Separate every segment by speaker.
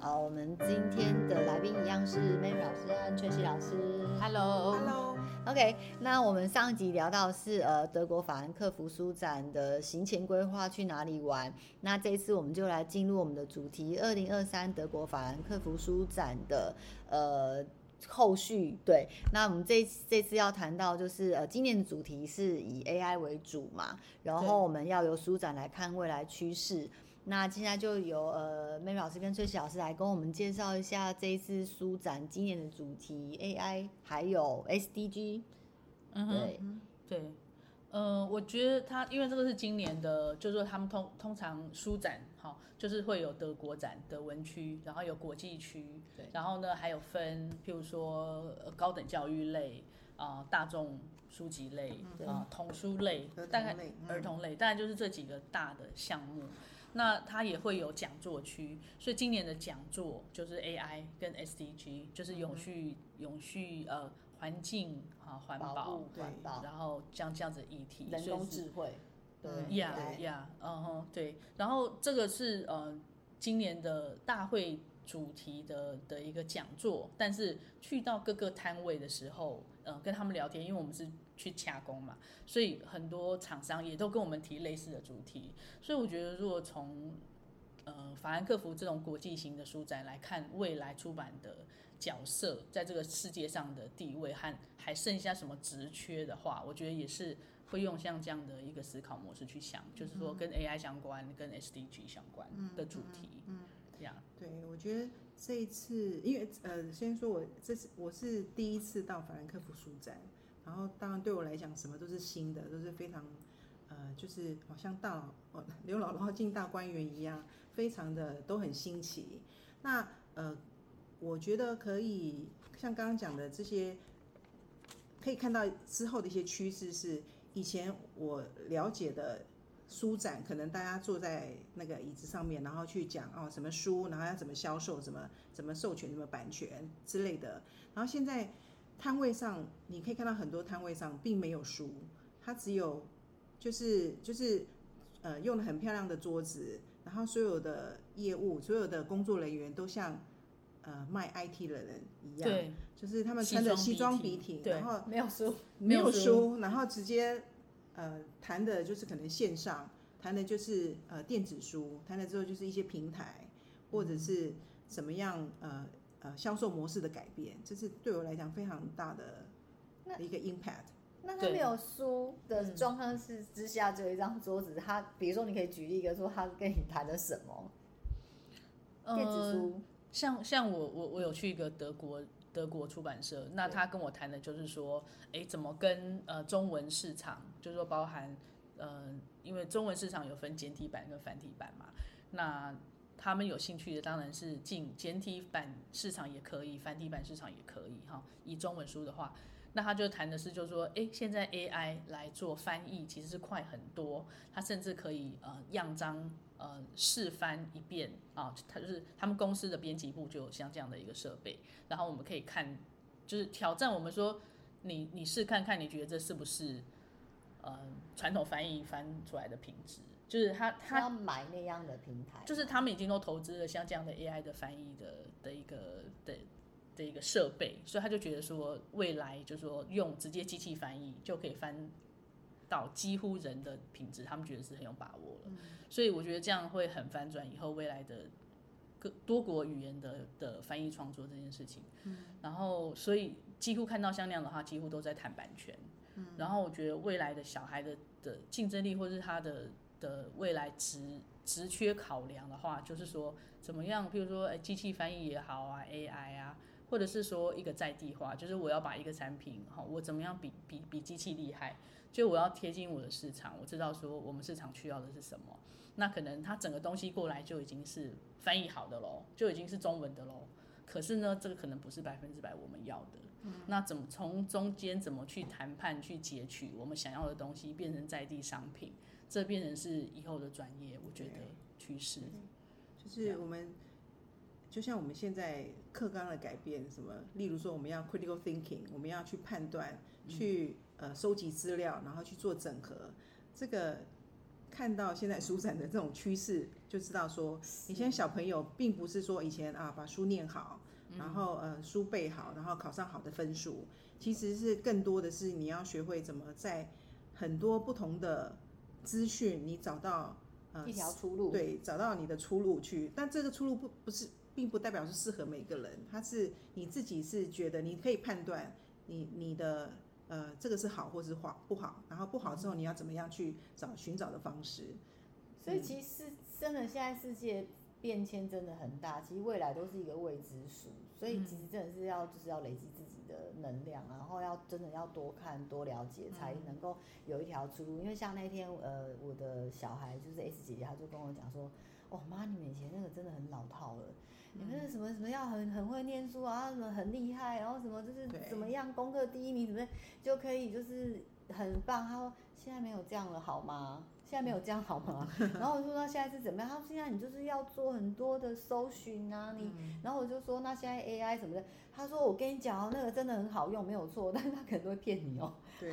Speaker 1: 呃我们今天的来宾一样是 Mary 老师和翠西老师。
Speaker 2: Hello，,
Speaker 3: Hello，
Speaker 1: OK，那我们上集聊到是呃德国法兰克福书展的行前规划去哪里玩，那这一次我们就来进入我们的主题，二零二三德国法兰克福书展的呃后续。对，那我们这这次要谈到就是呃今年的主题是以 AI 为主嘛，然
Speaker 2: 对
Speaker 1: 后我们要由书展来看未来趋势。那现在就由呃妹妹老师跟崔喜老师来跟我们介绍一下这一次书展今年的主题 AI 还有 SDG。
Speaker 2: 嗯哼，
Speaker 1: 对，
Speaker 2: 对，呃，我觉得他因为这个是今年的，就是说他们通通常书展哈、就是会有德国展、德文区，然后有国际区，
Speaker 1: 对
Speaker 2: 然后呢还有分，譬如说、呃高等教育类啊、大众书籍类
Speaker 1: 对
Speaker 2: 啊、童书类
Speaker 3: 儿，童
Speaker 2: 大概
Speaker 3: 嗯类嗯
Speaker 2: 儿童类，大概就是这几个大的项目。那它也会有讲座区，所以今年的讲座就是 AI 跟 SDG，就是永
Speaker 3: 嗯
Speaker 2: 续、永续呃环境啊环保
Speaker 1: 保护环
Speaker 3: 对
Speaker 1: 保、
Speaker 2: 然后像这样子的议题，
Speaker 1: 人
Speaker 2: 所以
Speaker 1: 工
Speaker 2: 是
Speaker 1: 智慧，
Speaker 3: 嗯
Speaker 1: 对
Speaker 2: 呀
Speaker 1: ，AI
Speaker 2: 呀，嗯哼，对。然后这个是呃今年的大会主题的的一个讲座，但是去到各个摊位的时候，呃，跟他们聊天，因为我们是去洽工嘛，所以很多厂商也都跟我们提类似的主题。所以我觉得，如果从呃法兰克福这种国际型的书展来看，未来出版的角色在这个世界上的地位和还剩下什么职缺的话，我觉得也是会用像这样的一个思考模式去想，就是说跟 AI 相关、跟 SDG 相关的主题，嗯嗯，这样，
Speaker 3: 对，我觉得这一次，因为呃，先说我这是我是第一次到法兰克福书展，然后当然对我来讲，什么都是新的，都是非常呃，就是好像大佬哦刘姥姥进大观园一样，非常的都很新奇。那呃，我觉得可以像刚刚讲的这些，可以看到之后的一些趋势是，以前我了解的书展，可能大家坐在那个椅子上面，然后去讲哦什么书，然后要怎么销售，怎么怎么授权，什么版权之类的。然后现在摊位上，你可以看到很多摊位上并没有书，它只有就是就是呃用了很漂亮的桌子，然后所有的业务、所有的工作人员都像呃卖 IT 的人一样，
Speaker 2: 对，
Speaker 3: 就是他们穿着西
Speaker 2: 西
Speaker 3: 装
Speaker 2: 装
Speaker 3: 笔
Speaker 2: 笔挺
Speaker 3: 挺，
Speaker 2: 对
Speaker 3: 然后
Speaker 1: 没有输，
Speaker 3: 没有
Speaker 2: 没有
Speaker 3: 书，然后直接呃谈的就是可能线上，谈的就是呃电子书，谈了之后就是一些平台或者是怎么样呃呃销售模式的改变，这是对我来讲非常大的
Speaker 1: 那
Speaker 3: 一个 impact。
Speaker 1: 那他
Speaker 2: 对
Speaker 1: 没有输的状况是之下，只有一张桌子。他比如说，你可以举例一个说他跟你谈的什么电子
Speaker 2: 呃
Speaker 1: 书，
Speaker 2: 像像我我我有去一个德国德国出版社，那他跟我谈的就是说，诶，怎么跟呃中文市场，就是说包含呃，因为中文市场有分简体版跟繁体版嘛，那他们有兴趣的当然是进简体版市场也可以，繁体版市场也可以哈。以中文书的话，那他就谈的是就是说，诶，现在 AI 来做翻译其实是快很多，它甚至可以呃样张呃试翻一遍啊，它就是他们公司的编辑部就有像这样的一个设备，然后我们可以看，就是挑战我们说，你你试看看，你觉得这是不是呃传统翻译翻出来的品质？就是他
Speaker 1: 他
Speaker 2: 他
Speaker 1: 要买那样的平台，
Speaker 2: 就是他们已经都投资了像这样的 AI 的翻译的的一个的的一个设备，所以他就觉得说，未来就是说用直接机器翻译就可以翻到几乎人的品质，他们觉得是很有把握了。所以我觉得这样会很反转以后未来的各多国语言的的翻译创作这件事情。然后所以几乎看到像那样的话，几乎都在谈版权。然后我觉得未来的小孩的的竞争力，或是他的的未来职职缺考量的话，就是说怎么样，譬如说，哎，机器翻译也好啊，AI 啊，或者是说一个在地化，就是我要把一个产品，哈，我怎么样比比比机器厉害，就我要贴近我的市场，我知道说我们市场需要的是什么，那可能它整个东西过来就已经是翻译好的喽，就已经是中文的喽。可是呢，这个可能不是百分之百我们要的。那怎么从中间怎么去谈判、去截取我们想要的东西，变成在地商品，这变成是以后的专业，我觉得
Speaker 3: 对
Speaker 2: 趋势。
Speaker 3: 就是我们就像我们现在课纲的改变，什么，例如说我们要 critical thinking，我们要去判断，
Speaker 1: 嗯
Speaker 3: 去呃收集资料，然后去做整合，这个。看到现在书展的这种趋势，就知道说，你现在小朋友并不是说以前啊把书念好，
Speaker 1: 嗯
Speaker 3: 然后呃书背好，然后考上好的分数，其实是更多的是你要学会怎么在很多不同的资讯，你找到呃
Speaker 1: 一条出路。
Speaker 3: 对，找到你的出路去。但这个出路不不是，并不代表是适合每个人，它是你自己是觉得你可以判断你你的呃这个是好或是坏不好，然后不好之后你要怎么样去找寻找的方式。
Speaker 1: 所以其
Speaker 3: 嗯
Speaker 1: 实真的，现在世界变迁真的很大，其实未来都是一个未知数，所
Speaker 3: 嗯
Speaker 1: 以其实真的是要就是要累积自己的能量，然后要真的要多看多了解，
Speaker 3: 嗯
Speaker 1: 才能够有一条出路。因为像那天呃，我的小孩就是 S 姐姐，她就跟我讲说。哦妈，你们以前那个真的很老套了，
Speaker 3: 嗯
Speaker 1: 你们那什么什么要很很会念书啊，什么很厉害，然后什么就是
Speaker 3: 对
Speaker 1: 怎么样功课第一名，怎么样就可以就是很棒。他说现在没有这样了好吗？现在没有这样好吗？ 然后我就说那现在是怎么样？他说现在你就是要做很多的搜寻啊，你。
Speaker 2: 嗯
Speaker 1: 然后我就说那现在 AI 什么的，他说我跟你讲哦，那个真的很好用，没有错，但是他可能都会骗你哦。
Speaker 3: 对，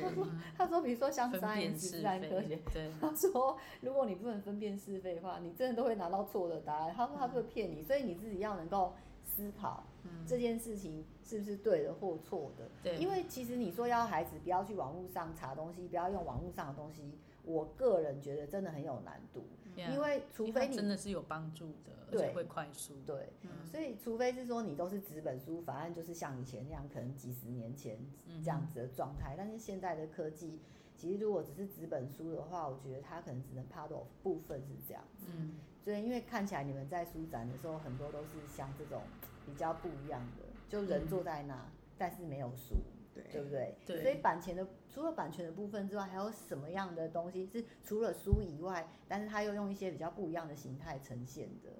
Speaker 1: 他说比如说像
Speaker 2: 分
Speaker 1: science
Speaker 2: 辨是
Speaker 1: 自然科学，
Speaker 2: 非，对，
Speaker 1: 他说，如果你不能分辨是非的话，你真的都会拿到错的答案。他说他
Speaker 2: 嗯
Speaker 1: 会骗你，所以你自己要能够思考这件事情是不是对的或错的。
Speaker 2: 对
Speaker 1: 因为其实你说要孩子不要去网络上查东西，不要用网络上的东西，我个人觉得真的很有难度，
Speaker 2: 嗯 Yeah，
Speaker 1: 因为除
Speaker 2: 因为
Speaker 1: 非
Speaker 2: 它
Speaker 1: 你
Speaker 2: 真的是有帮助的，而
Speaker 1: 对
Speaker 2: 且会快速。
Speaker 1: 对，所以除非是说你都是纸本书法案，就是像以前那样，可能几十年前
Speaker 2: 嗯
Speaker 1: 这样子的状态。但是现在的科技，其实如果只是纸本书的话，我觉得它可能只能 part of 部分是这样子。
Speaker 2: 嗯，
Speaker 1: 所以因为看起来你们在书展的时候，很多都是像这种比较不一样的，就人坐在那，但是没有书，对
Speaker 3: 对，
Speaker 1: 不对？
Speaker 2: 嗯对
Speaker 1: 所以版权的除了版权的部分之外，还有什么样的东西是除了书以外，但是它又用一些比较不一样的形态呈现的？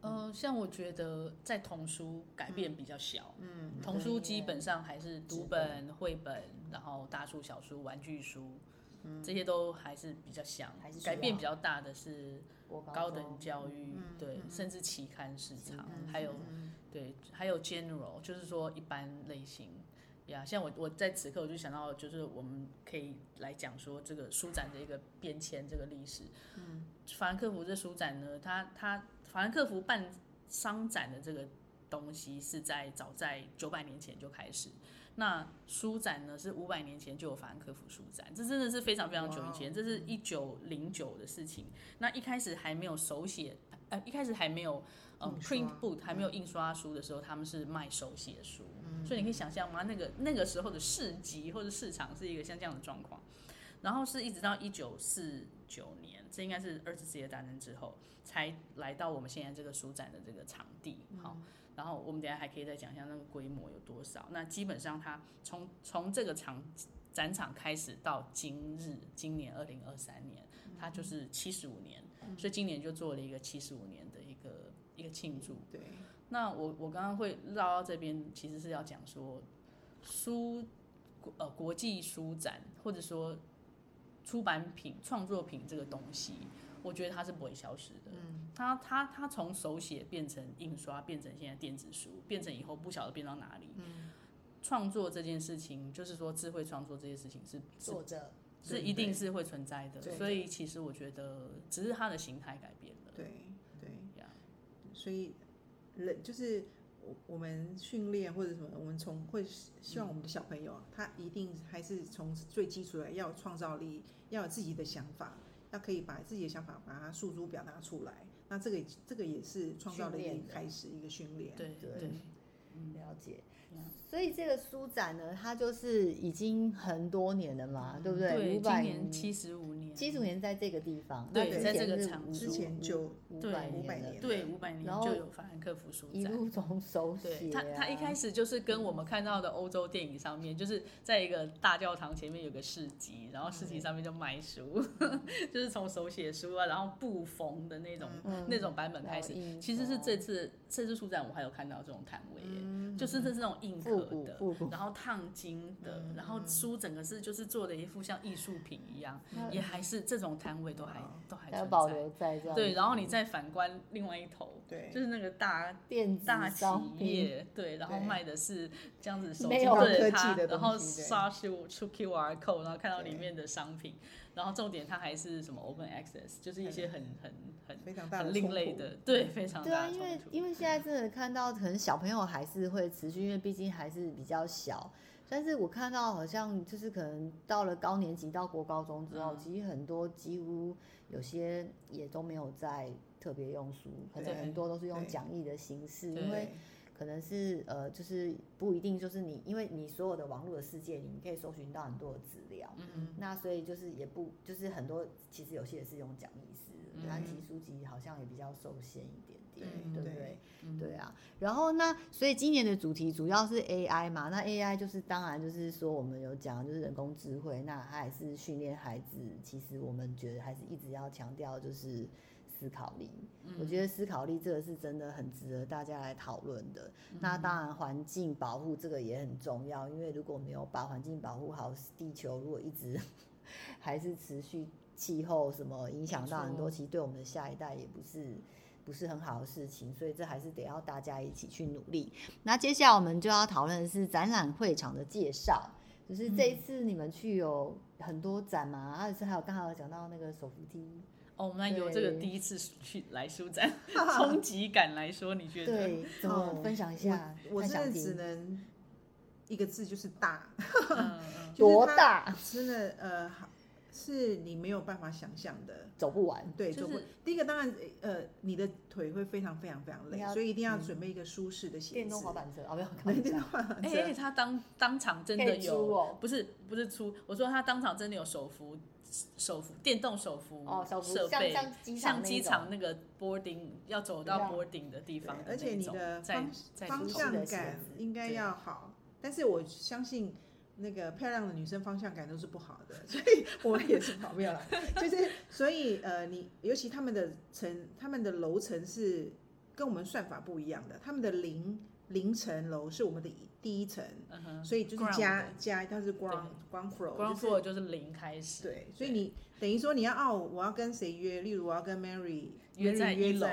Speaker 2: 呃，像我觉得在童书改变比较小，
Speaker 3: 嗯，
Speaker 2: 童书
Speaker 1: 对
Speaker 2: 基本上还是
Speaker 1: 纸
Speaker 2: 读
Speaker 1: 本
Speaker 2: 本、绘本，然后大书、小书、玩具书，这些都还是比较像
Speaker 1: 嗯还是。需
Speaker 2: 改变
Speaker 1: 要
Speaker 2: 比较大的是
Speaker 1: 国
Speaker 2: 高
Speaker 1: 高中嗯
Speaker 2: 等教育，对，甚至期刊市场，嗯还有对，还有 general，就是说一般类型。呀、像我我在此刻我就想到，就是我们可以来讲说这个书展的一个变迁，这个历史。嗯，法兰克福这书展呢，它它法兰克福办商展的这个东西是在早在九百年前就开始。那书展呢是五百年前就有法兰克福书展，这真的是非常非常久以前，这是一九零九的事情。那一开始还没有手写，呃，一开始还没有呃
Speaker 3: 印刷嗯
Speaker 2: print book 还没有印刷书的时候，他们是卖手写书，所以你可以想象吗？那个那个时候的市集或者市场是一个像这样的状况。然后是一直到一九四九年，这应该是二次世界大战之后，才来到我们现在这个书展的这个场地。
Speaker 3: 嗯
Speaker 2: 好，然后我们等一下还可以再讲一下那个规模有多少。那基本上它从从这个场展场开始到今日，今年二零二三年，它就是七十五年，所以今年就做了一个七十五年的一个一个庆祝。
Speaker 3: 对，
Speaker 2: 那我我刚刚会绕到这边，其实是要讲说书国呃国际书展或者说出版品创作品这个东西，我觉得它是不会消失的。嗯，它它它从手写变成印刷，变成现在电子书，变成以后不晓得变到哪里。嗯，创作这件事情，就是说智慧创作这件事情是是
Speaker 1: 作者
Speaker 2: 是一定是会存在的
Speaker 3: 对。
Speaker 2: 所以其实我觉得，只是它的形态改变了。
Speaker 3: 对，对。
Speaker 2: 呀，
Speaker 3: 所以人就是我我们训练或者什么，我们从会希希望我们的小朋友啊，他一定还是从最基础的要有创造力，要有自己的想法，要可以把自己的想法把它诉诸表达出来。那这个这个也是创造的
Speaker 1: 训
Speaker 3: 一
Speaker 1: 练
Speaker 3: 个
Speaker 1: 的
Speaker 3: 开始，一个训练。
Speaker 2: 对
Speaker 1: 对
Speaker 2: 对。
Speaker 1: 了解
Speaker 2: 嗯，
Speaker 1: 所以这个书展呢，它就是已经很多年了嘛，对不对？五
Speaker 2: 今
Speaker 1: 百
Speaker 2: 年七十五年，
Speaker 1: 基础年在这个地方，那
Speaker 2: 对
Speaker 1: 之
Speaker 3: 在
Speaker 1: 前
Speaker 2: 这个
Speaker 1: 是
Speaker 2: 场
Speaker 1: 五
Speaker 3: 之前就
Speaker 1: 五
Speaker 2: 对
Speaker 1: 百
Speaker 2: 500
Speaker 1: 年了
Speaker 3: 年
Speaker 2: 对五百年
Speaker 1: 然后
Speaker 2: 就有法兰克福书
Speaker 1: 一
Speaker 2: 展。
Speaker 1: 路 从手
Speaker 2: 对
Speaker 1: 写、
Speaker 2: 他
Speaker 1: 啊，，
Speaker 2: 他一开始就是跟我们看到的欧洲电影上面，就是在一个大教堂前面有个市集，然后市集上面就卖书， 就是从手写书啊，然后布缝的那种、
Speaker 1: 嗯
Speaker 2: 那种版本开始
Speaker 1: 然后印。
Speaker 2: 其实是
Speaker 1: 刷嗯
Speaker 2: 这次这次书展我还有看到这种摊位耶，嗯
Speaker 3: 嗯
Speaker 2: 就是这是那种硬
Speaker 1: 复
Speaker 2: 壳
Speaker 1: 古
Speaker 2: 的，
Speaker 1: 复古，嗯
Speaker 2: 然后烫金的，然后书整个是就是做的一副像艺术品一样，
Speaker 1: 嗯
Speaker 2: 也还是这种摊位都还都还
Speaker 1: 要
Speaker 2: 存
Speaker 1: 保
Speaker 2: 在。
Speaker 1: 留在这样。
Speaker 2: 对，然后你再反观另外一头，
Speaker 3: 对
Speaker 2: 就是那个大
Speaker 1: 电子
Speaker 2: 大企
Speaker 1: 商品，
Speaker 2: 业，对，然后
Speaker 3: 对
Speaker 2: 卖的是这样子手
Speaker 1: 没
Speaker 2: 机
Speaker 1: 有
Speaker 2: 对
Speaker 3: 高科
Speaker 2: 着
Speaker 3: 技
Speaker 2: 它，
Speaker 3: 的
Speaker 2: 然
Speaker 3: 东
Speaker 2: 后
Speaker 3: 西对
Speaker 2: 刷出出 QR code，然后看到里
Speaker 3: 对
Speaker 2: 面的商品，然后重点它还是什么 open access，就是一些很很很
Speaker 3: 非常大的
Speaker 2: 很另类
Speaker 3: 冲突
Speaker 2: 的，对，非常
Speaker 1: 对啊，
Speaker 2: 大的
Speaker 1: 因为
Speaker 2: 冲突。
Speaker 1: 因为现在真的看到，可能小朋友还是会持续，因为毕竟还是比较小。但是我看到好像就是可能到了高年级，到国高中之后，
Speaker 2: 嗯
Speaker 1: 其实很多几乎有些也都没有在特别用书，可能
Speaker 2: 对
Speaker 1: 很多都是用
Speaker 3: 对
Speaker 1: 讲义的形式，
Speaker 2: 对
Speaker 1: 因为可能是呃，就是不一定就是你，因为你所有的网络的世界里，你可以搜寻到很多的资料。
Speaker 2: 嗯
Speaker 1: 那所以就是也不就是很多，其实有些也是用讲义式的，但其实书籍好像也比较受限一点点，
Speaker 2: 嗯对
Speaker 1: 对不
Speaker 3: 对
Speaker 1: 对？
Speaker 2: 嗯
Speaker 1: 对啊。然后那所以今年的主题主要是 AI 嘛，那 AI 就是当然就是说我们有讲就是人工智慧，那它也是训练孩子，其实我们觉得还是一直要强调就是思考力。
Speaker 2: 嗯
Speaker 1: 我觉得思考力这个是真的很值得大家来讨论的。
Speaker 2: 嗯
Speaker 1: 那当然，环境保护这个也很重要，因为如果没有把环境保护好，地球如果一直 还是持续气候什么影响到很多，
Speaker 2: 没错
Speaker 1: 其实对我们的下一代也不是不是很好的事情，所以这还是得要大家一起去努力。那接下来我们就要讨论的是展览会场的介绍。就是这一次你们去有很多展嘛，而且还有刚才有讲到那个手扶梯，
Speaker 2: 哦，我们来由这个
Speaker 1: 对
Speaker 2: 第一次去来书展 冲击感来说，你觉得？
Speaker 1: 对，怎么
Speaker 3: 哦
Speaker 1: 分享一下？
Speaker 3: 我
Speaker 1: 太
Speaker 3: 真
Speaker 1: 想
Speaker 3: 的
Speaker 1: 听
Speaker 3: 只能一个字，就是大，
Speaker 2: 嗯嗯
Speaker 3: 就是
Speaker 1: 多
Speaker 3: 它
Speaker 1: 大？
Speaker 3: 真的呃，好是你没有办法想象的。
Speaker 1: 走不完。
Speaker 3: 对，
Speaker 2: 就是
Speaker 3: 就会第一个当然呃，你的腿会非常非常非常累
Speaker 1: 你要，
Speaker 3: 所以一定要准备一个舒适的鞋子。
Speaker 1: 电动滑板车啊，没有开
Speaker 3: 对，
Speaker 1: 玩
Speaker 3: 电
Speaker 1: 笑
Speaker 3: 动。滑板
Speaker 2: 哎、
Speaker 3: 车
Speaker 2: 而且他当当场 真
Speaker 1: 可
Speaker 2: 的
Speaker 1: 以
Speaker 2: 有，
Speaker 1: 出哦
Speaker 2: 不是不是出，我说他当场真的有手扶手扶电动手扶
Speaker 1: 哦，手扶
Speaker 2: 嗯设
Speaker 1: 像
Speaker 2: 备，
Speaker 1: 像机场
Speaker 2: 像
Speaker 1: 那
Speaker 2: 机
Speaker 1: 一种
Speaker 2: 场那个 boarding 要走到
Speaker 1: 对啊
Speaker 2: boarding 的地方
Speaker 3: 对
Speaker 2: 的
Speaker 3: 而且
Speaker 2: 那
Speaker 3: 你
Speaker 2: 种
Speaker 3: 的
Speaker 2: 在
Speaker 3: 方
Speaker 2: 在
Speaker 3: 方
Speaker 2: 里
Speaker 1: 的
Speaker 2: 头
Speaker 3: 向
Speaker 1: 鞋
Speaker 3: 感
Speaker 1: 子
Speaker 3: 应该
Speaker 2: 对
Speaker 3: 要好，但是我相信那个漂亮的女生方向感都是不好的，所以我们也是跑不了啦。就是所以呃，你尤其他们的层，他们的楼层是跟我们算法不一样的，他们的零零层楼是我们的一第一层，
Speaker 2: 嗯哼
Speaker 3: 所以就是
Speaker 2: ground
Speaker 3: 加
Speaker 2: 的
Speaker 3: 加它是 ground ground floor，
Speaker 2: ground
Speaker 3: 就是
Speaker 2: floor 就是零开始，
Speaker 3: 对，所以你等于说你要哦，我要跟谁约？例如我要跟 Mary
Speaker 2: 约
Speaker 3: Mary
Speaker 2: 在一楼，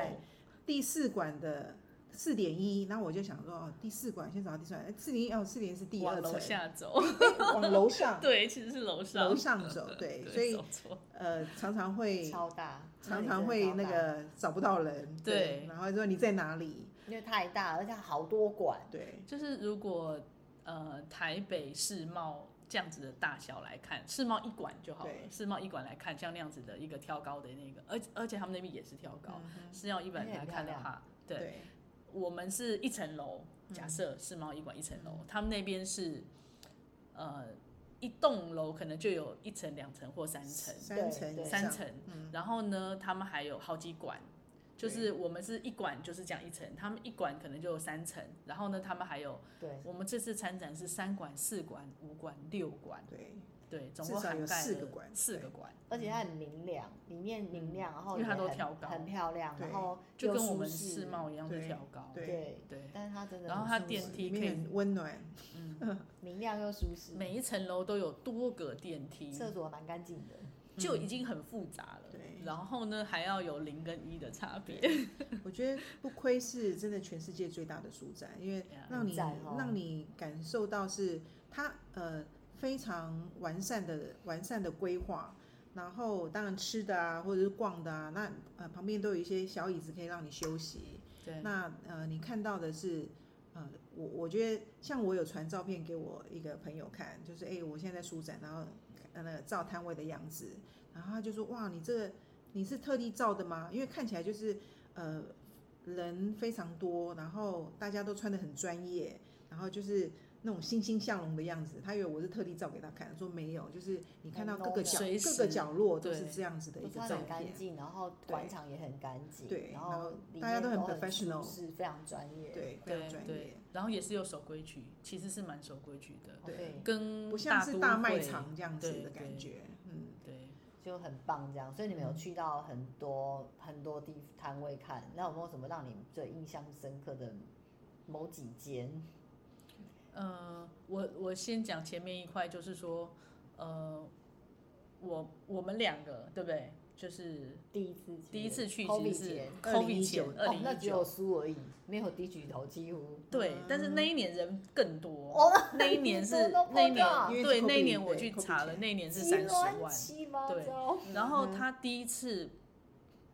Speaker 3: 第四馆的四点一，然后我就想说哦，第四馆先找到第四馆，四点一哦，四点一是第
Speaker 2: 往
Speaker 3: 二
Speaker 2: 楼
Speaker 3: 层，
Speaker 2: 下 走，
Speaker 3: 往楼上，
Speaker 2: 对，其实是楼上
Speaker 3: 楼上走，对，所以
Speaker 2: 走错
Speaker 3: 呃常常会
Speaker 1: 超大，
Speaker 3: 常常会
Speaker 1: 里
Speaker 3: 那
Speaker 1: 真的超大，
Speaker 3: 个找不到人，
Speaker 2: 对
Speaker 3: 然后说你在哪里？
Speaker 1: 因为太大，而且好多馆。
Speaker 3: 对，
Speaker 2: 就是如果呃台北世贸这样子的大小来看，世贸一馆就好了
Speaker 3: 对。
Speaker 2: 世贸一馆来看，像那样子的一个挑高的那个，而而且他们那边也是挑高，世贸一馆
Speaker 1: 那也
Speaker 2: 来
Speaker 1: 很
Speaker 2: 看的
Speaker 1: 漂亮
Speaker 2: 话，
Speaker 3: 嗯
Speaker 2: 对，
Speaker 3: 对，
Speaker 2: 我们是一层楼，
Speaker 3: 嗯
Speaker 2: 假设世贸一馆一层楼，他们那边是呃一栋楼可能就有一层、两层或三层，
Speaker 3: 三层
Speaker 1: 对
Speaker 3: 以
Speaker 2: 三
Speaker 3: 上嗯
Speaker 2: 层，然后呢，他们还有好几馆，就是
Speaker 3: 对
Speaker 2: 我们是一馆就是讲一层，他们一馆可能就有三层，然后呢，他们还有
Speaker 1: 对，
Speaker 2: 我们这次参展是三馆、四馆、五馆、六馆，
Speaker 3: 对，
Speaker 2: 对，总共
Speaker 3: 至少有
Speaker 2: 涵盖
Speaker 3: 四
Speaker 2: 了
Speaker 3: 个馆
Speaker 2: 四
Speaker 3: 对
Speaker 2: 个馆，
Speaker 1: 而且它很明亮，里面明亮，然后
Speaker 2: 嗯因为它
Speaker 1: 也
Speaker 2: 都
Speaker 1: 很
Speaker 2: 挑高
Speaker 1: 很漂亮，
Speaker 3: 对
Speaker 1: 然后
Speaker 2: 就
Speaker 1: 又
Speaker 2: 跟我
Speaker 1: 舒
Speaker 2: 们
Speaker 1: 适
Speaker 2: 世贸一样是
Speaker 3: 对
Speaker 2: 挑高，
Speaker 3: 对
Speaker 1: 对，
Speaker 2: 对，
Speaker 1: 但是它真的
Speaker 2: 然
Speaker 1: 很
Speaker 2: 后它
Speaker 1: 舒
Speaker 2: 电
Speaker 1: 适
Speaker 3: 里
Speaker 2: 梯可以
Speaker 3: 面很温暖，
Speaker 1: 明亮又舒适，
Speaker 2: 每一层楼都有多个电梯，
Speaker 1: 厕所蛮干净的，
Speaker 2: 就已经很复杂了。
Speaker 3: 嗯对
Speaker 2: 然后呢，还要有零跟一的差别。
Speaker 3: 我觉得不亏是真的全世界最大的书展，因为
Speaker 2: Yeah，
Speaker 3: 让你
Speaker 1: 很赞哦
Speaker 3: 让你感受到是它呃非常完善的完善的规划，然后当然吃的啊或者是逛的啊，那呃旁边都有一些小椅子可以让你休息。
Speaker 2: 对，
Speaker 3: 那呃你看到的是呃我我觉得像我有传照片给我一个朋友看，就是哎、我现在在书展，然后呃那个照摊位的样子，然后他就说哇你这个你是特地照的吗？因为看起来就是呃人非常多，然后大家都穿的很专业，然后就是那种欣欣向荣的样子。他以为我是特地照给他看，说没有，就是你看到各个角
Speaker 2: 很 normal
Speaker 3: 各个角落都是
Speaker 2: 随时
Speaker 3: 这样子的一
Speaker 1: 都
Speaker 3: 个
Speaker 1: 穿
Speaker 3: 照
Speaker 1: 得很干
Speaker 3: 片。
Speaker 1: 净，然后馆场也很干净，
Speaker 3: 对
Speaker 1: 然
Speaker 3: 然后
Speaker 1: 后里
Speaker 3: 大家
Speaker 1: 面
Speaker 3: 都很
Speaker 1: 很舒
Speaker 3: professional
Speaker 1: 适，非常专业，
Speaker 3: 对，非常
Speaker 2: 对
Speaker 3: 专业
Speaker 2: 对，，然后也是有守规矩，其实是蛮守规矩的，
Speaker 1: 哦对。
Speaker 2: 跟
Speaker 3: 不像
Speaker 2: 都
Speaker 3: 是
Speaker 2: 会
Speaker 3: 大卖场这样子
Speaker 2: 对
Speaker 3: 的感
Speaker 2: 对
Speaker 3: 觉。嗯，
Speaker 2: 对，
Speaker 1: 就很棒这样，所以你们有去到很多、很多地摊位看，那有没有什么让你最印象深刻的某几间？
Speaker 2: 呃，我我先讲前面一块，就是说，呃，我我们两个对不对？就是
Speaker 1: 第一次去
Speaker 2: 第一次去其
Speaker 1: COVID
Speaker 2: 实是
Speaker 1: 前
Speaker 2: COVID 前
Speaker 1: 2019
Speaker 2: 2019
Speaker 1: 哦，那只有输而已，没有低举头，几乎
Speaker 2: 对，
Speaker 3: 嗯
Speaker 2: 但是那一年人更多，
Speaker 3: 哦
Speaker 2: 那一年是
Speaker 1: 人都爆
Speaker 2: 那一年
Speaker 1: 炸
Speaker 3: 因为
Speaker 2: 对
Speaker 3: 是 COVID，
Speaker 2: 那一年我
Speaker 3: 对
Speaker 2: 去
Speaker 3: COVID
Speaker 2: 查了，那一年是
Speaker 1: 极
Speaker 2: 三十
Speaker 1: 端
Speaker 2: 万，
Speaker 1: 七八
Speaker 2: 对
Speaker 1: 糟。
Speaker 2: 然后
Speaker 3: 嗯哼
Speaker 2: 他第一次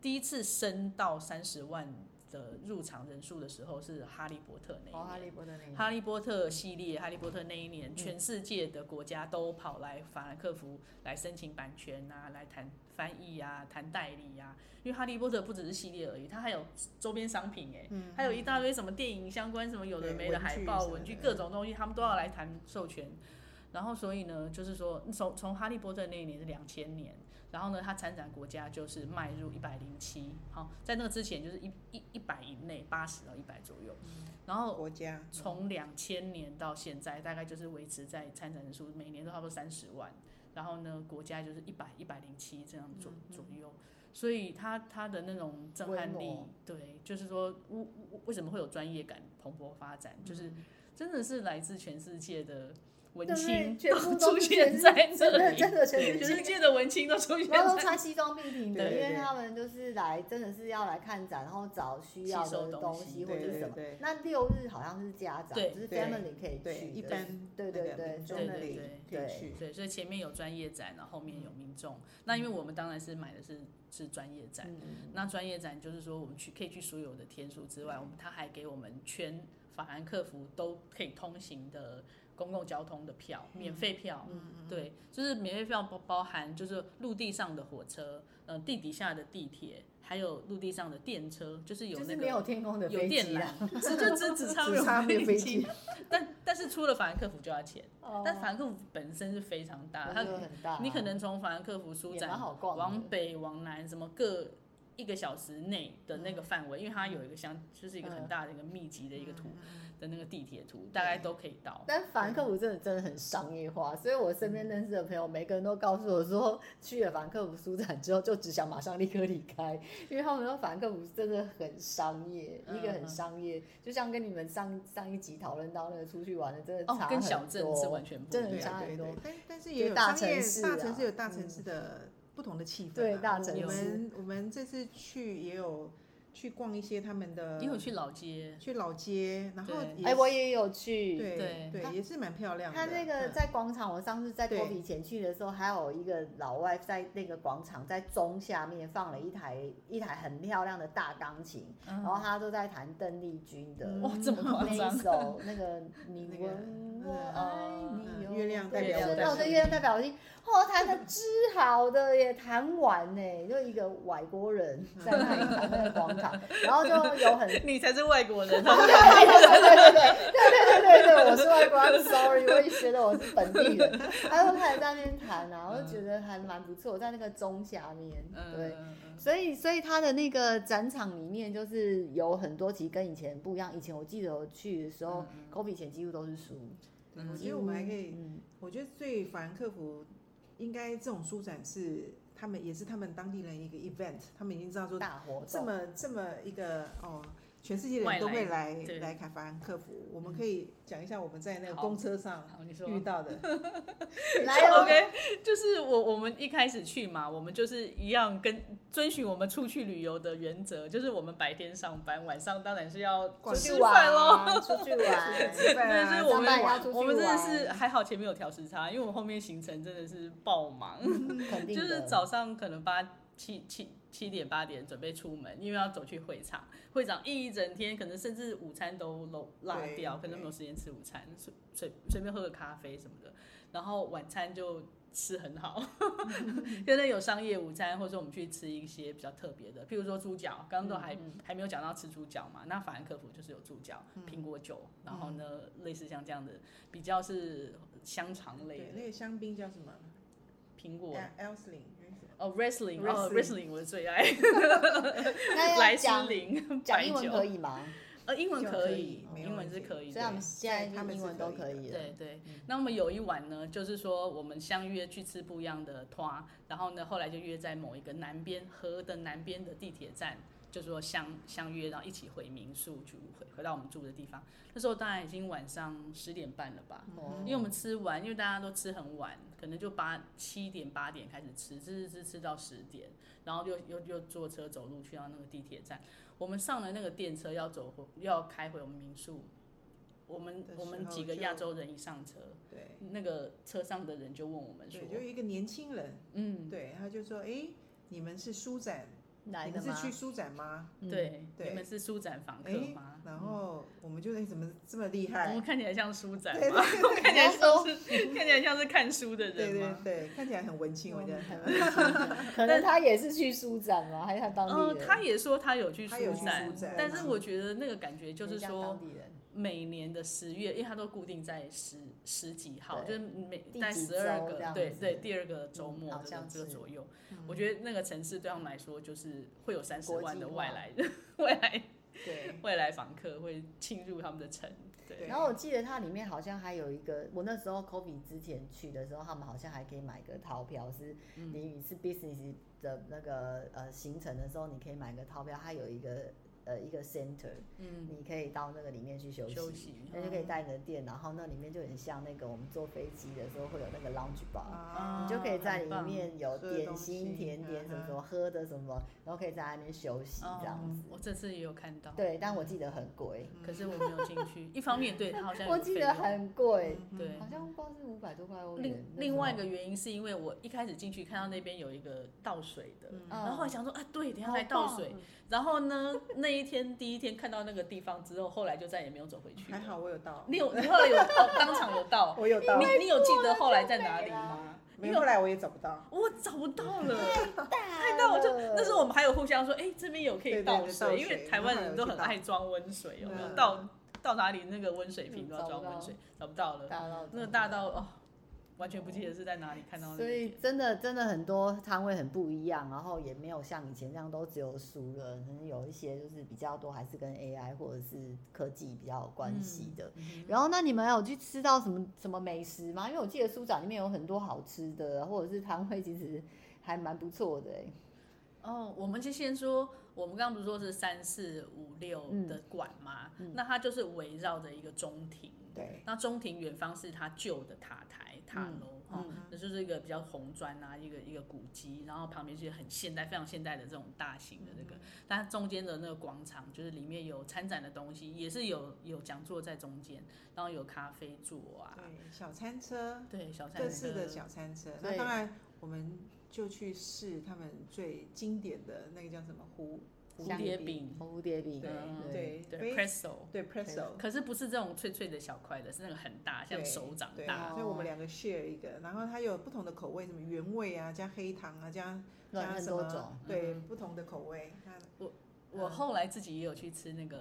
Speaker 2: 第一次升到三十万的入场人数的时候是《哈利波特》那一
Speaker 1: 哦，哈
Speaker 2: 年。
Speaker 1: 利波特那一
Speaker 2: 哈利波特系列，哈利波特那一年，全世界的国家都跑来法兰克福来申请版权啊，来谈翻译啊，谈代理啊。因为哈利波特不只是系列而已，它还有周边商品哎、
Speaker 3: 嗯
Speaker 2: 还有一大堆什么电影相关什么有的
Speaker 3: 对
Speaker 2: 没
Speaker 3: 文
Speaker 2: 的
Speaker 3: 具
Speaker 2: 海报、
Speaker 3: 什么
Speaker 2: 文具
Speaker 3: 的
Speaker 2: 各种东西，他们都要来谈授权。然后所以呢，就是说从从哈利波特那一年是两千年，然后呢，它参展国家就是迈入一百零七，好，在那个之前就是一一一百以内，八十到一百左右。然
Speaker 1: 哦
Speaker 2: 后
Speaker 3: 国家
Speaker 2: 从两千年到现在，大概就是维持在参展人数每年都差不多三十万，然后呢，国家就是一百一百零七这样
Speaker 1: 嗯
Speaker 2: 左左右，所以它它的那种震撼
Speaker 1: 规
Speaker 2: 力
Speaker 1: 模，
Speaker 2: 对，就是说为为什么会有专业感蓬勃发展，就是真的是来自全世界的
Speaker 1: 嗯
Speaker 2: 文
Speaker 1: 对不对
Speaker 2: 青
Speaker 1: 全部都
Speaker 2: 出
Speaker 1: 是
Speaker 2: 现
Speaker 1: 全世
Speaker 2: 在
Speaker 1: 真
Speaker 2: 这
Speaker 1: 的
Speaker 2: 里，
Speaker 1: 真的全
Speaker 2: 全
Speaker 1: 世
Speaker 2: 世
Speaker 1: 界。
Speaker 2: 界的文青都出现
Speaker 1: 然后都
Speaker 2: 在。
Speaker 1: 穿西装笔挺的，
Speaker 3: 对
Speaker 1: 因
Speaker 3: 对
Speaker 1: 为
Speaker 3: 对
Speaker 1: 他们就是来，真的是要来看展，然后找需要
Speaker 2: 吸收
Speaker 1: 的
Speaker 2: 东西
Speaker 1: 西或者
Speaker 2: 对
Speaker 1: 是
Speaker 2: 对
Speaker 1: 什么
Speaker 3: 对。
Speaker 1: 那六日好像是家长，
Speaker 2: 对
Speaker 1: 就是
Speaker 3: 对
Speaker 1: family 可以去的，
Speaker 3: 对，一般
Speaker 1: 对对
Speaker 3: 那个
Speaker 1: 对对
Speaker 3: 民众那
Speaker 2: 对
Speaker 3: 里嗯
Speaker 2: 对
Speaker 3: 可以
Speaker 1: 对
Speaker 3: 去，
Speaker 2: 对，所以前面有专业展，然后后面有
Speaker 1: 嗯
Speaker 2: 民众。那因为我们当然是买的是是专业展，
Speaker 1: 嗯，
Speaker 2: 那专业展就是说，我们去可以去所有的天数之外，我们他还给我们全法兰克福都可以通行的公共交通的票，免费票。嗯对，就是免费票包包含就是陆地上的火车，呃，地底下的地铁，还有陆地上的电车，就是有
Speaker 1: 就
Speaker 2: 那
Speaker 1: 是没
Speaker 2: 个
Speaker 1: 有天空的
Speaker 2: 有
Speaker 1: 飞
Speaker 2: 电
Speaker 1: 机
Speaker 2: 缆
Speaker 1: 啊，，
Speaker 2: 只就只只差 没
Speaker 1: 只差没有
Speaker 2: 有
Speaker 1: 飞
Speaker 2: 飞
Speaker 1: 机
Speaker 2: 机。但但是出了法兰克福就要钱，
Speaker 1: 哦
Speaker 2: 但法兰克福本身是非常大，它
Speaker 1: 风格很大啊，
Speaker 2: 你可能从法兰克福书
Speaker 1: 也
Speaker 2: 展
Speaker 1: 蛮好逛的
Speaker 2: 往北往南什么各一个小时内的那
Speaker 1: 嗯
Speaker 2: 个范围，因为它有一个相，就是一个很大的一个密集的一个图
Speaker 3: 嗯
Speaker 1: 嗯
Speaker 2: 的那个地铁图，大概都可以到。
Speaker 1: 但法兰克福真的真的很商业化，所以我身
Speaker 2: 嗯
Speaker 1: 边认识的朋友，每个人都告诉我说，去了法兰克福书展之后，就只想马上立刻离开，因为他们说法兰克福真的很商业，
Speaker 2: 嗯
Speaker 1: 一个很商业，就像跟你们上上一集讨论到那个出去玩的，真的
Speaker 2: 哦
Speaker 1: 差，
Speaker 2: 跟
Speaker 1: 很
Speaker 2: 小镇
Speaker 1: 多哎
Speaker 2: 是完全不
Speaker 1: 真的嗯
Speaker 2: 一
Speaker 1: 很
Speaker 3: 对
Speaker 2: 样。
Speaker 1: 差
Speaker 3: 啊
Speaker 1: 很
Speaker 3: 对
Speaker 1: 多
Speaker 3: 对，但但是
Speaker 1: 就
Speaker 3: 也有
Speaker 1: 大
Speaker 3: 商业，
Speaker 1: 城市
Speaker 3: 大
Speaker 1: 啊
Speaker 3: 城市有大
Speaker 1: 嗯
Speaker 3: 城市的不同的气氛啊。
Speaker 1: 对大
Speaker 3: 我
Speaker 1: 城
Speaker 3: 我
Speaker 2: 市
Speaker 3: 们我们这次去也有去逛一些他们的，
Speaker 2: 因为我去老街，
Speaker 3: 去老街，然后
Speaker 2: 对
Speaker 3: 也
Speaker 1: 哎，我
Speaker 3: 是
Speaker 1: 也有去，
Speaker 3: 对
Speaker 2: 对
Speaker 1: 它
Speaker 3: 对，也是蛮漂亮的。
Speaker 1: 他那个
Speaker 3: 嗯
Speaker 1: 在广场，我上次在
Speaker 3: 对
Speaker 1: k 比前去的时候，还有一个老外在那个广场在钟下面放了一台一台很漂亮的大钢琴，
Speaker 2: 嗯
Speaker 1: 然后他都在弹邓丽君的
Speaker 3: 嗯
Speaker 2: 哇，哦这么夸
Speaker 1: 那一
Speaker 2: 张，
Speaker 1: 首那个你
Speaker 3: 那个
Speaker 1: 问我爱
Speaker 2: 嗯
Speaker 1: 你
Speaker 3: 嗯
Speaker 1: 有
Speaker 3: 月亮代
Speaker 2: 表我的
Speaker 1: 哦，对，
Speaker 2: 心
Speaker 1: 月亮代表我心，哦，弹的之好的耶，弹完呢，就一个外国人在那里弹那个广 场，然后就有很
Speaker 2: 你才是外国人，啊
Speaker 1: 对对对对对对对对
Speaker 2: 他们
Speaker 1: 对对对，我是外国人，sorry，我也觉得我是本地人。他就开始在那边弹啊，我就觉得还蛮不错，在那个钟下面，
Speaker 2: 嗯
Speaker 1: 对。
Speaker 2: 嗯嗯
Speaker 1: 所以，所以它的那个展场里面，就是有很多其实跟以前不一样。以前我记得我去的时候
Speaker 2: 嗯嗯，
Speaker 1: 狗比以前几乎都是书，
Speaker 3: 对
Speaker 2: 嗯
Speaker 3: 我觉得我们还可以，
Speaker 1: 嗯，
Speaker 3: 我觉得最法兰克福应该这种书展是他们也是他们当地人一个 event，他们已经知道说
Speaker 1: 大活
Speaker 3: 这
Speaker 1: 动。
Speaker 3: 么这么一个哦，全世界
Speaker 2: 外来
Speaker 3: 人都会来
Speaker 2: 对嗯
Speaker 3: 来卡法兰克福。我们可以讲一下我们在那个
Speaker 2: 好
Speaker 3: 公车上
Speaker 2: 好，你说
Speaker 3: 遇到 的，
Speaker 1: 嗯来哦
Speaker 2: OK，就是我我们一开始去嘛，我们就是一样跟遵循我们出去旅游的原则，就是我们白天上班，晚上当然是要
Speaker 3: 逛
Speaker 2: 出
Speaker 1: 去
Speaker 2: 去玩喽。
Speaker 1: 玩，出去玩。
Speaker 3: 吃饭
Speaker 2: 对，所以
Speaker 3: 啊，
Speaker 2: 我
Speaker 1: 上班也要
Speaker 2: 们
Speaker 1: 出去
Speaker 2: 我们真的
Speaker 1: 玩
Speaker 2: 是还好前面有调时差，因为我们后面行程真的是爆忙，
Speaker 1: 肯定
Speaker 2: 就
Speaker 1: 的
Speaker 2: 是早上可能八七七七点八点准备出门，因为要走去会场，会场一整天，可能甚至午餐都漏落
Speaker 3: 对
Speaker 2: 掉，可能
Speaker 3: 对
Speaker 2: 没有时间吃午餐，随随随便喝个咖啡什么的，然后晚餐就吃很好， 现在有商业午餐，或者说我们去吃一些比较特别的，譬如说猪脚，刚刚都还、还没有讲到吃猪脚嘛，那法兰克福就是有猪脚、苹果酒，然后呢，类似像这样的比较是香肠类
Speaker 3: 对，呃
Speaker 2: 的
Speaker 3: 那个香槟叫什么
Speaker 2: 苹果。
Speaker 3: ？Elsling，
Speaker 2: 哦，wrestling，哦
Speaker 3: Wrestling
Speaker 2: ，wrestling 我的最爱，
Speaker 1: 那
Speaker 2: 莱
Speaker 1: 要
Speaker 2: 斯
Speaker 1: 讲
Speaker 2: 林
Speaker 1: 讲
Speaker 2: 白
Speaker 1: 英文
Speaker 2: 酒
Speaker 1: 可，以吗？
Speaker 2: 呃，英文
Speaker 3: 就
Speaker 2: 可
Speaker 3: 可
Speaker 2: 以
Speaker 3: 以，没
Speaker 2: 英文
Speaker 3: 问
Speaker 2: 是
Speaker 3: 题
Speaker 2: 可以
Speaker 1: 所以他
Speaker 2: 的
Speaker 1: 们。现在
Speaker 3: 他们
Speaker 1: 英
Speaker 3: 是
Speaker 1: 文都
Speaker 3: 可
Speaker 1: 可
Speaker 3: 以
Speaker 1: 以了。
Speaker 2: 对对，那我们有一晚呢，就是说我们相约去吃不一样的团，然后呢，后来就约在某一个南边河的南边的地铁站就说相相约，然后一起回民宿去回回到我们住的地方。那时候大概已经晚上十点半了吧，
Speaker 1: 哦
Speaker 2: 因为我们吃完，因为大家都吃很晚，可能就八七点八点开始吃，吃吃吃吃到十点，然后又又又坐车走路去到那个地铁站。我们上了那个电车要走回要开回我们民宿，我们
Speaker 3: 的时候
Speaker 2: 我们几个
Speaker 3: 就
Speaker 2: 亚洲人一上车，
Speaker 3: 对
Speaker 2: 那个车上的人就问我们说
Speaker 3: 对，，就有一个年轻人，
Speaker 2: 嗯，
Speaker 3: 对，他就说，哎，你们是书展，
Speaker 1: 来
Speaker 3: 你
Speaker 1: 的
Speaker 3: 们是
Speaker 1: 吗？
Speaker 3: 去书展吗？
Speaker 1: 嗯
Speaker 2: 对，
Speaker 3: 对
Speaker 2: 你们是书展访客
Speaker 3: 哎
Speaker 2: 吗，？
Speaker 3: 然后我们就哎，怎么这么厉
Speaker 2: 我
Speaker 3: 害
Speaker 2: 们？看起来像书展
Speaker 3: 对
Speaker 2: 吗？我们看起来
Speaker 1: 人家说
Speaker 2: 像是看起来像是看书的
Speaker 3: 对
Speaker 2: 人
Speaker 3: 对
Speaker 2: 吗？
Speaker 3: 对，看起来很文青，我觉得。
Speaker 1: 可能他也是去书展吗？还是他当
Speaker 2: 呃，
Speaker 1: 地人？
Speaker 2: 他也说他有去
Speaker 3: 他有
Speaker 2: 书
Speaker 3: 去
Speaker 2: 展
Speaker 3: 书展，啊
Speaker 2: 但是我觉得那个感觉就是
Speaker 1: 人家
Speaker 2: 说
Speaker 1: 当，地人，
Speaker 2: 每年的十月，因为它都固定在十十几号，就
Speaker 1: 对
Speaker 2: 是每
Speaker 1: 第
Speaker 2: 在
Speaker 1: 几
Speaker 2: 十二
Speaker 1: 周这
Speaker 2: 个，
Speaker 1: 样
Speaker 2: 对
Speaker 1: 子
Speaker 2: 对，第二个周末
Speaker 1: 嗯好
Speaker 2: 这个
Speaker 1: 像
Speaker 2: 这个
Speaker 1: 是嗯
Speaker 2: 左右。我觉得那个城市对他们来说，就是会有三十万的
Speaker 1: 国际化
Speaker 2: 外来 外来
Speaker 3: 对，
Speaker 2: 外来访客会侵入他们的城，对
Speaker 3: 对
Speaker 1: 然后我记得它里面好像还有一个，我那时候 COVID 之前去的时候，他们好像还可以买个套票，是
Speaker 2: 嗯
Speaker 1: 你是 business 的那个呃行程的时候，你可以买个套票，它有一个呃一个 center，
Speaker 2: 嗯，
Speaker 1: 你可以到那个里面去休息。
Speaker 2: 休息。嗯
Speaker 1: 那就可以带你的电脑，然后那里面就很像那个我们坐飞机的时候会有那个 lounge bar，、
Speaker 3: 啊
Speaker 2: 嗯
Speaker 1: 你就可以在
Speaker 2: 很
Speaker 1: 里
Speaker 2: 棒
Speaker 1: 面有
Speaker 3: 吃的
Speaker 1: 点
Speaker 3: 东
Speaker 1: 心、
Speaker 3: 西
Speaker 1: 甜点什么什么、喝的什么，然后可以在那边休息这样
Speaker 2: 嗯
Speaker 1: 子。
Speaker 2: 我这次也有看到，
Speaker 1: 对，但我记得很贵，
Speaker 2: 可是我没有进去。一方面，对它 好像有
Speaker 1: 我
Speaker 2: 个
Speaker 1: 记
Speaker 2: 费
Speaker 1: 得
Speaker 2: 用
Speaker 1: 很嗯贵，
Speaker 3: 嗯
Speaker 2: 对
Speaker 1: 好像不知道是五百多块欧元。
Speaker 2: 另另外一个原因是因为我一开始进去看到那边有一个倒水的，
Speaker 3: 嗯
Speaker 2: 然后后来想说啊，对，等一下
Speaker 1: 好
Speaker 2: 来倒
Speaker 1: 棒
Speaker 2: 水。然后呢，那一天第一天看到那个地方之后，后来就再也没有走回去了。
Speaker 3: 还好我有到，
Speaker 2: 你有你后来有到当场有到，
Speaker 3: 嗯 我有到，
Speaker 2: 你你有记得后来在哪里吗？
Speaker 3: 没有后来我也找不到。
Speaker 2: 我找不到了，
Speaker 1: 太
Speaker 2: 啊那我就那时候我们还有互相说，哎、这边有可以
Speaker 3: 对对
Speaker 2: 倒
Speaker 3: 对
Speaker 2: 水，
Speaker 3: 倒
Speaker 2: 因为
Speaker 3: 水
Speaker 2: 台
Speaker 3: 然
Speaker 2: 湾
Speaker 3: 后有
Speaker 2: 人都
Speaker 3: 去
Speaker 2: 很
Speaker 3: 倒
Speaker 2: 爱装温水，有没有？
Speaker 3: 嗯
Speaker 2: 到到哪里那个温水瓶都
Speaker 1: 嗯找
Speaker 2: 要装
Speaker 1: 不
Speaker 2: 温
Speaker 1: 到
Speaker 2: 水，找不到了。
Speaker 1: 大到
Speaker 2: 那个大到哦，完全不记得是在哪里看到那个嗯
Speaker 1: 所以
Speaker 2: 点。
Speaker 1: 真的真的很多摊位很不一样，然后也没有像以前这样都只有书了，可能有一些就是比较多还是跟 AI 或者是科技比较有关
Speaker 2: 嗯
Speaker 1: 系的。然后那你们有去吃到什么什么美食吗？因为我记得书展里面有很多好吃的，或者是摊位其实还蛮不错的、欸。
Speaker 2: 哦，我们就先说，我们刚刚不是说是三四五六
Speaker 1: 嗯
Speaker 2: 的馆吗？
Speaker 1: 嗯
Speaker 2: 那它就是围绕着一个中庭，
Speaker 1: 对，
Speaker 2: 那中庭远方是它旧的塔台塔
Speaker 1: 嗯
Speaker 2: 楼哈，那、就是一个比较红砖啊，一个一个古迹，然后旁边就是很现代、非常现代的这种大型的那
Speaker 3: 嗯
Speaker 2: 个，但它中间的那个广场就是里面有参展的东西，也是有有讲座在中间，然后有咖啡座啊，
Speaker 3: 对，小餐车，
Speaker 2: 对，小餐
Speaker 3: 各式
Speaker 2: 车
Speaker 3: 的，小餐车。
Speaker 1: 对
Speaker 3: 那当然，我们就去试他们最经典的那个叫什么蝴
Speaker 2: 蝴蝶，饼，
Speaker 1: 红蝴蝶饼，
Speaker 3: 对
Speaker 2: 嗯
Speaker 1: 对，
Speaker 3: 对
Speaker 2: 对
Speaker 3: 非
Speaker 2: p r e s s o
Speaker 3: 对 presso，
Speaker 2: 可是不是这种脆脆的小块的，是那个很大，像
Speaker 3: 对
Speaker 2: 手掌
Speaker 3: 对，
Speaker 1: 哦
Speaker 2: 大。
Speaker 3: 所以我们两个 share 一个，然后它有不同的口味，什么原味啊，加黑糖啊，加
Speaker 1: 软
Speaker 3: 加
Speaker 1: 很
Speaker 3: 什
Speaker 1: 多
Speaker 3: 么
Speaker 1: 种。
Speaker 3: 对，
Speaker 2: 嗯
Speaker 3: 不同的口味。那
Speaker 2: 我后来自己也有去吃那个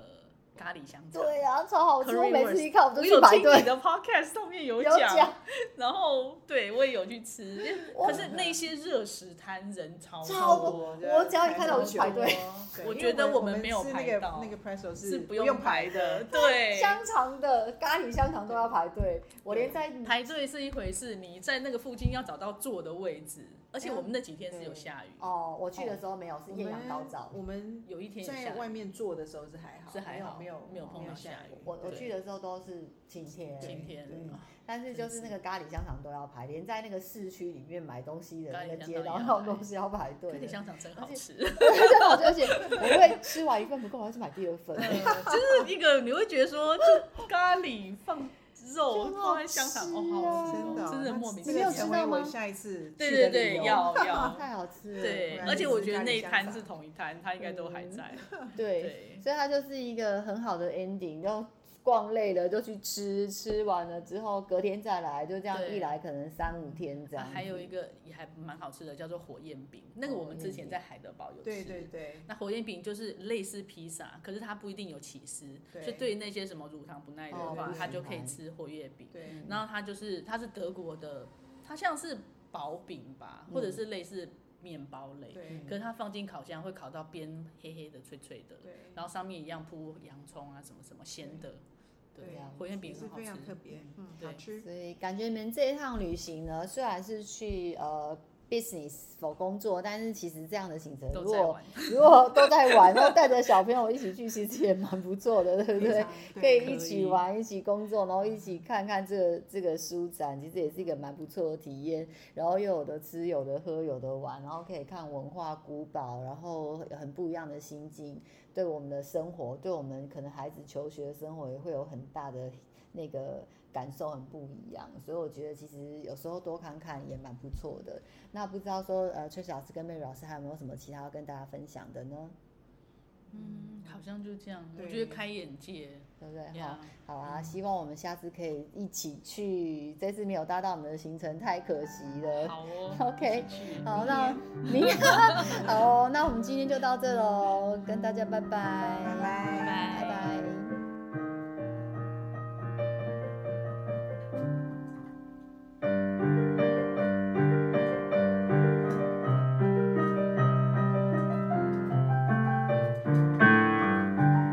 Speaker 2: 咖喱香肠。
Speaker 1: 嗯对啊，超好吃！我
Speaker 2: Currywurst
Speaker 1: 每次一看我就
Speaker 2: 我
Speaker 1: 去
Speaker 2: 有
Speaker 1: 排
Speaker 2: 听你
Speaker 1: 队。
Speaker 2: 的 podcast 上面有
Speaker 1: 有讲
Speaker 2: 讲，然后对我也有去吃，
Speaker 1: 我
Speaker 2: 可是那些热食摊人超
Speaker 1: 超多
Speaker 2: 多，
Speaker 3: 这样
Speaker 1: 我只要一看到我就排队
Speaker 3: 对
Speaker 2: 我
Speaker 3: 因为
Speaker 2: 觉得
Speaker 3: 我
Speaker 2: 我们
Speaker 3: 们
Speaker 2: 没有
Speaker 3: 吃
Speaker 2: 排
Speaker 3: 那个
Speaker 2: 到
Speaker 3: 那个 presso
Speaker 2: 是
Speaker 3: 不
Speaker 2: 用
Speaker 3: 用排
Speaker 2: 的，
Speaker 3: 的，
Speaker 2: 对。
Speaker 1: 香肠的、咖喱香肠都要排队，我连在
Speaker 2: 排队是一回事，你在那个附近要找到坐的位置，而且我们那几天是有下雨，
Speaker 1: 哦，我去的时候没有，是
Speaker 3: 我
Speaker 1: 艳阳
Speaker 3: 们
Speaker 1: 高照。
Speaker 3: 我们
Speaker 2: 有一天有
Speaker 3: 在
Speaker 2: 下
Speaker 3: 外
Speaker 2: 雨，
Speaker 3: 面坐的时候是还好，
Speaker 2: 是还好
Speaker 3: 没有
Speaker 2: 没有碰到
Speaker 3: 下
Speaker 2: 下雨
Speaker 1: 我我
Speaker 2: 对
Speaker 1: 去的时候都是晴
Speaker 3: 对
Speaker 2: 今
Speaker 1: 天，
Speaker 2: 天
Speaker 3: 对
Speaker 2: 啊
Speaker 1: 但是就是那个咖喱香肠都要排，连在那个市区里面买东西的那个
Speaker 2: 咖喱
Speaker 1: 街道
Speaker 2: 香肠也要
Speaker 1: 上
Speaker 2: 排
Speaker 1: 都是要排
Speaker 2: 咖
Speaker 1: 队
Speaker 2: 喱
Speaker 1: 的。
Speaker 2: 香肠真好
Speaker 1: 而且
Speaker 2: 吃。
Speaker 1: 对，我就而且我会吃完一份不够，我还去买第二
Speaker 2: 嗯
Speaker 1: 份。
Speaker 2: 就是一个你会觉得说，就咖喱放肉
Speaker 1: 就很好啊
Speaker 2: 放在香肠，哦，好好吃
Speaker 3: 真的
Speaker 2: 哦
Speaker 3: 哦，
Speaker 2: 真的
Speaker 3: 那
Speaker 2: 莫名
Speaker 1: 你
Speaker 2: 其
Speaker 3: 这
Speaker 1: 没有
Speaker 3: 个
Speaker 2: 妙。
Speaker 1: 吃
Speaker 3: 成
Speaker 1: 到
Speaker 3: 为我
Speaker 1: 吗
Speaker 3: 下一次
Speaker 2: 对
Speaker 3: 去
Speaker 2: 对
Speaker 3: 的
Speaker 2: 对，
Speaker 3: 理由
Speaker 2: 要 要，
Speaker 1: 太好吃了，
Speaker 2: 对，
Speaker 3: 不然
Speaker 2: 而且我
Speaker 3: 就是
Speaker 2: 觉得
Speaker 3: 咖喱
Speaker 2: 那一
Speaker 3: 香
Speaker 2: 摊
Speaker 3: 肠
Speaker 2: 是同一摊，它应该都还在。
Speaker 3: 嗯
Speaker 1: 对，
Speaker 2: 对，
Speaker 1: 所以它就是一个很好的 ending，就逛累了就去吃，吃完了之后隔天再来，就这样
Speaker 2: 对
Speaker 1: 一来可能三五天这
Speaker 2: 啊
Speaker 1: 样。
Speaker 2: 还有一个也还蛮好吃的，叫做火焰饼，那个我们之前在海德堡有吃。
Speaker 3: 对对对
Speaker 2: 那火焰饼就是类似披萨，可是它不一定有起司，
Speaker 3: 对
Speaker 2: 就对那些什么乳糖不耐的
Speaker 1: 哦
Speaker 2: 话，
Speaker 1: 不
Speaker 2: 它
Speaker 1: 喜
Speaker 2: 就可以
Speaker 1: 欢
Speaker 2: 吃火焰饼。
Speaker 3: 对，
Speaker 1: 嗯
Speaker 2: 然后它就是它是德国的，它像是薄饼吧，或者是类似面包类，
Speaker 3: 嗯对
Speaker 2: 可是它放进烤箱会烤到边黑黑的、脆脆的，
Speaker 3: 对，
Speaker 2: 然后上面一样铺洋葱啊什么什么咸的，对，
Speaker 3: 对
Speaker 2: 火焰饼
Speaker 3: 也是
Speaker 2: 很好
Speaker 3: 非常特
Speaker 2: 吃。
Speaker 3: 别，嗯，
Speaker 2: 对
Speaker 3: 好吃。
Speaker 1: 所以感觉你们这一趟旅行呢，虽然是去呃 business for 工作，但是其实这样的行程，
Speaker 2: 都
Speaker 1: 如
Speaker 2: 在
Speaker 1: 果
Speaker 2: 玩。
Speaker 1: 如果都在玩，然后带着小朋友一起去，其实也蛮不错的，对不
Speaker 3: 非
Speaker 1: 对
Speaker 3: 常？
Speaker 1: 可
Speaker 3: 对
Speaker 1: 以一
Speaker 2: 可以
Speaker 1: 起玩，一起工作，然后一起看看这个这个书展，其实也是一个蛮不错的体验。然后又有的吃，有的喝，有的玩，然后可以看文化古堡，然后很不一样的心境，对我们的生活，对我们可能孩子求学的生活也会有很大的那个感受，很不一样。所以我觉得其实有时候多看看也蛮不错的。那不知道说呃，崔老师跟妹妹老师还有没有什么其他要跟大家分享的呢？
Speaker 2: 嗯，好像就这样。我
Speaker 3: 对
Speaker 2: 觉得开眼界，
Speaker 1: 对不对？哈、
Speaker 2: 呀
Speaker 1: 好
Speaker 2: 嗯
Speaker 1: 啊，希望我们下次可以一起去。这次没有搭到我们的行程，太可惜了。
Speaker 2: 好哦
Speaker 1: OK，
Speaker 2: 一起去
Speaker 1: 好，那明 好哦，那我们今天就到这喽，跟大家拜拜，
Speaker 3: 拜拜
Speaker 2: 拜
Speaker 1: 拜拜。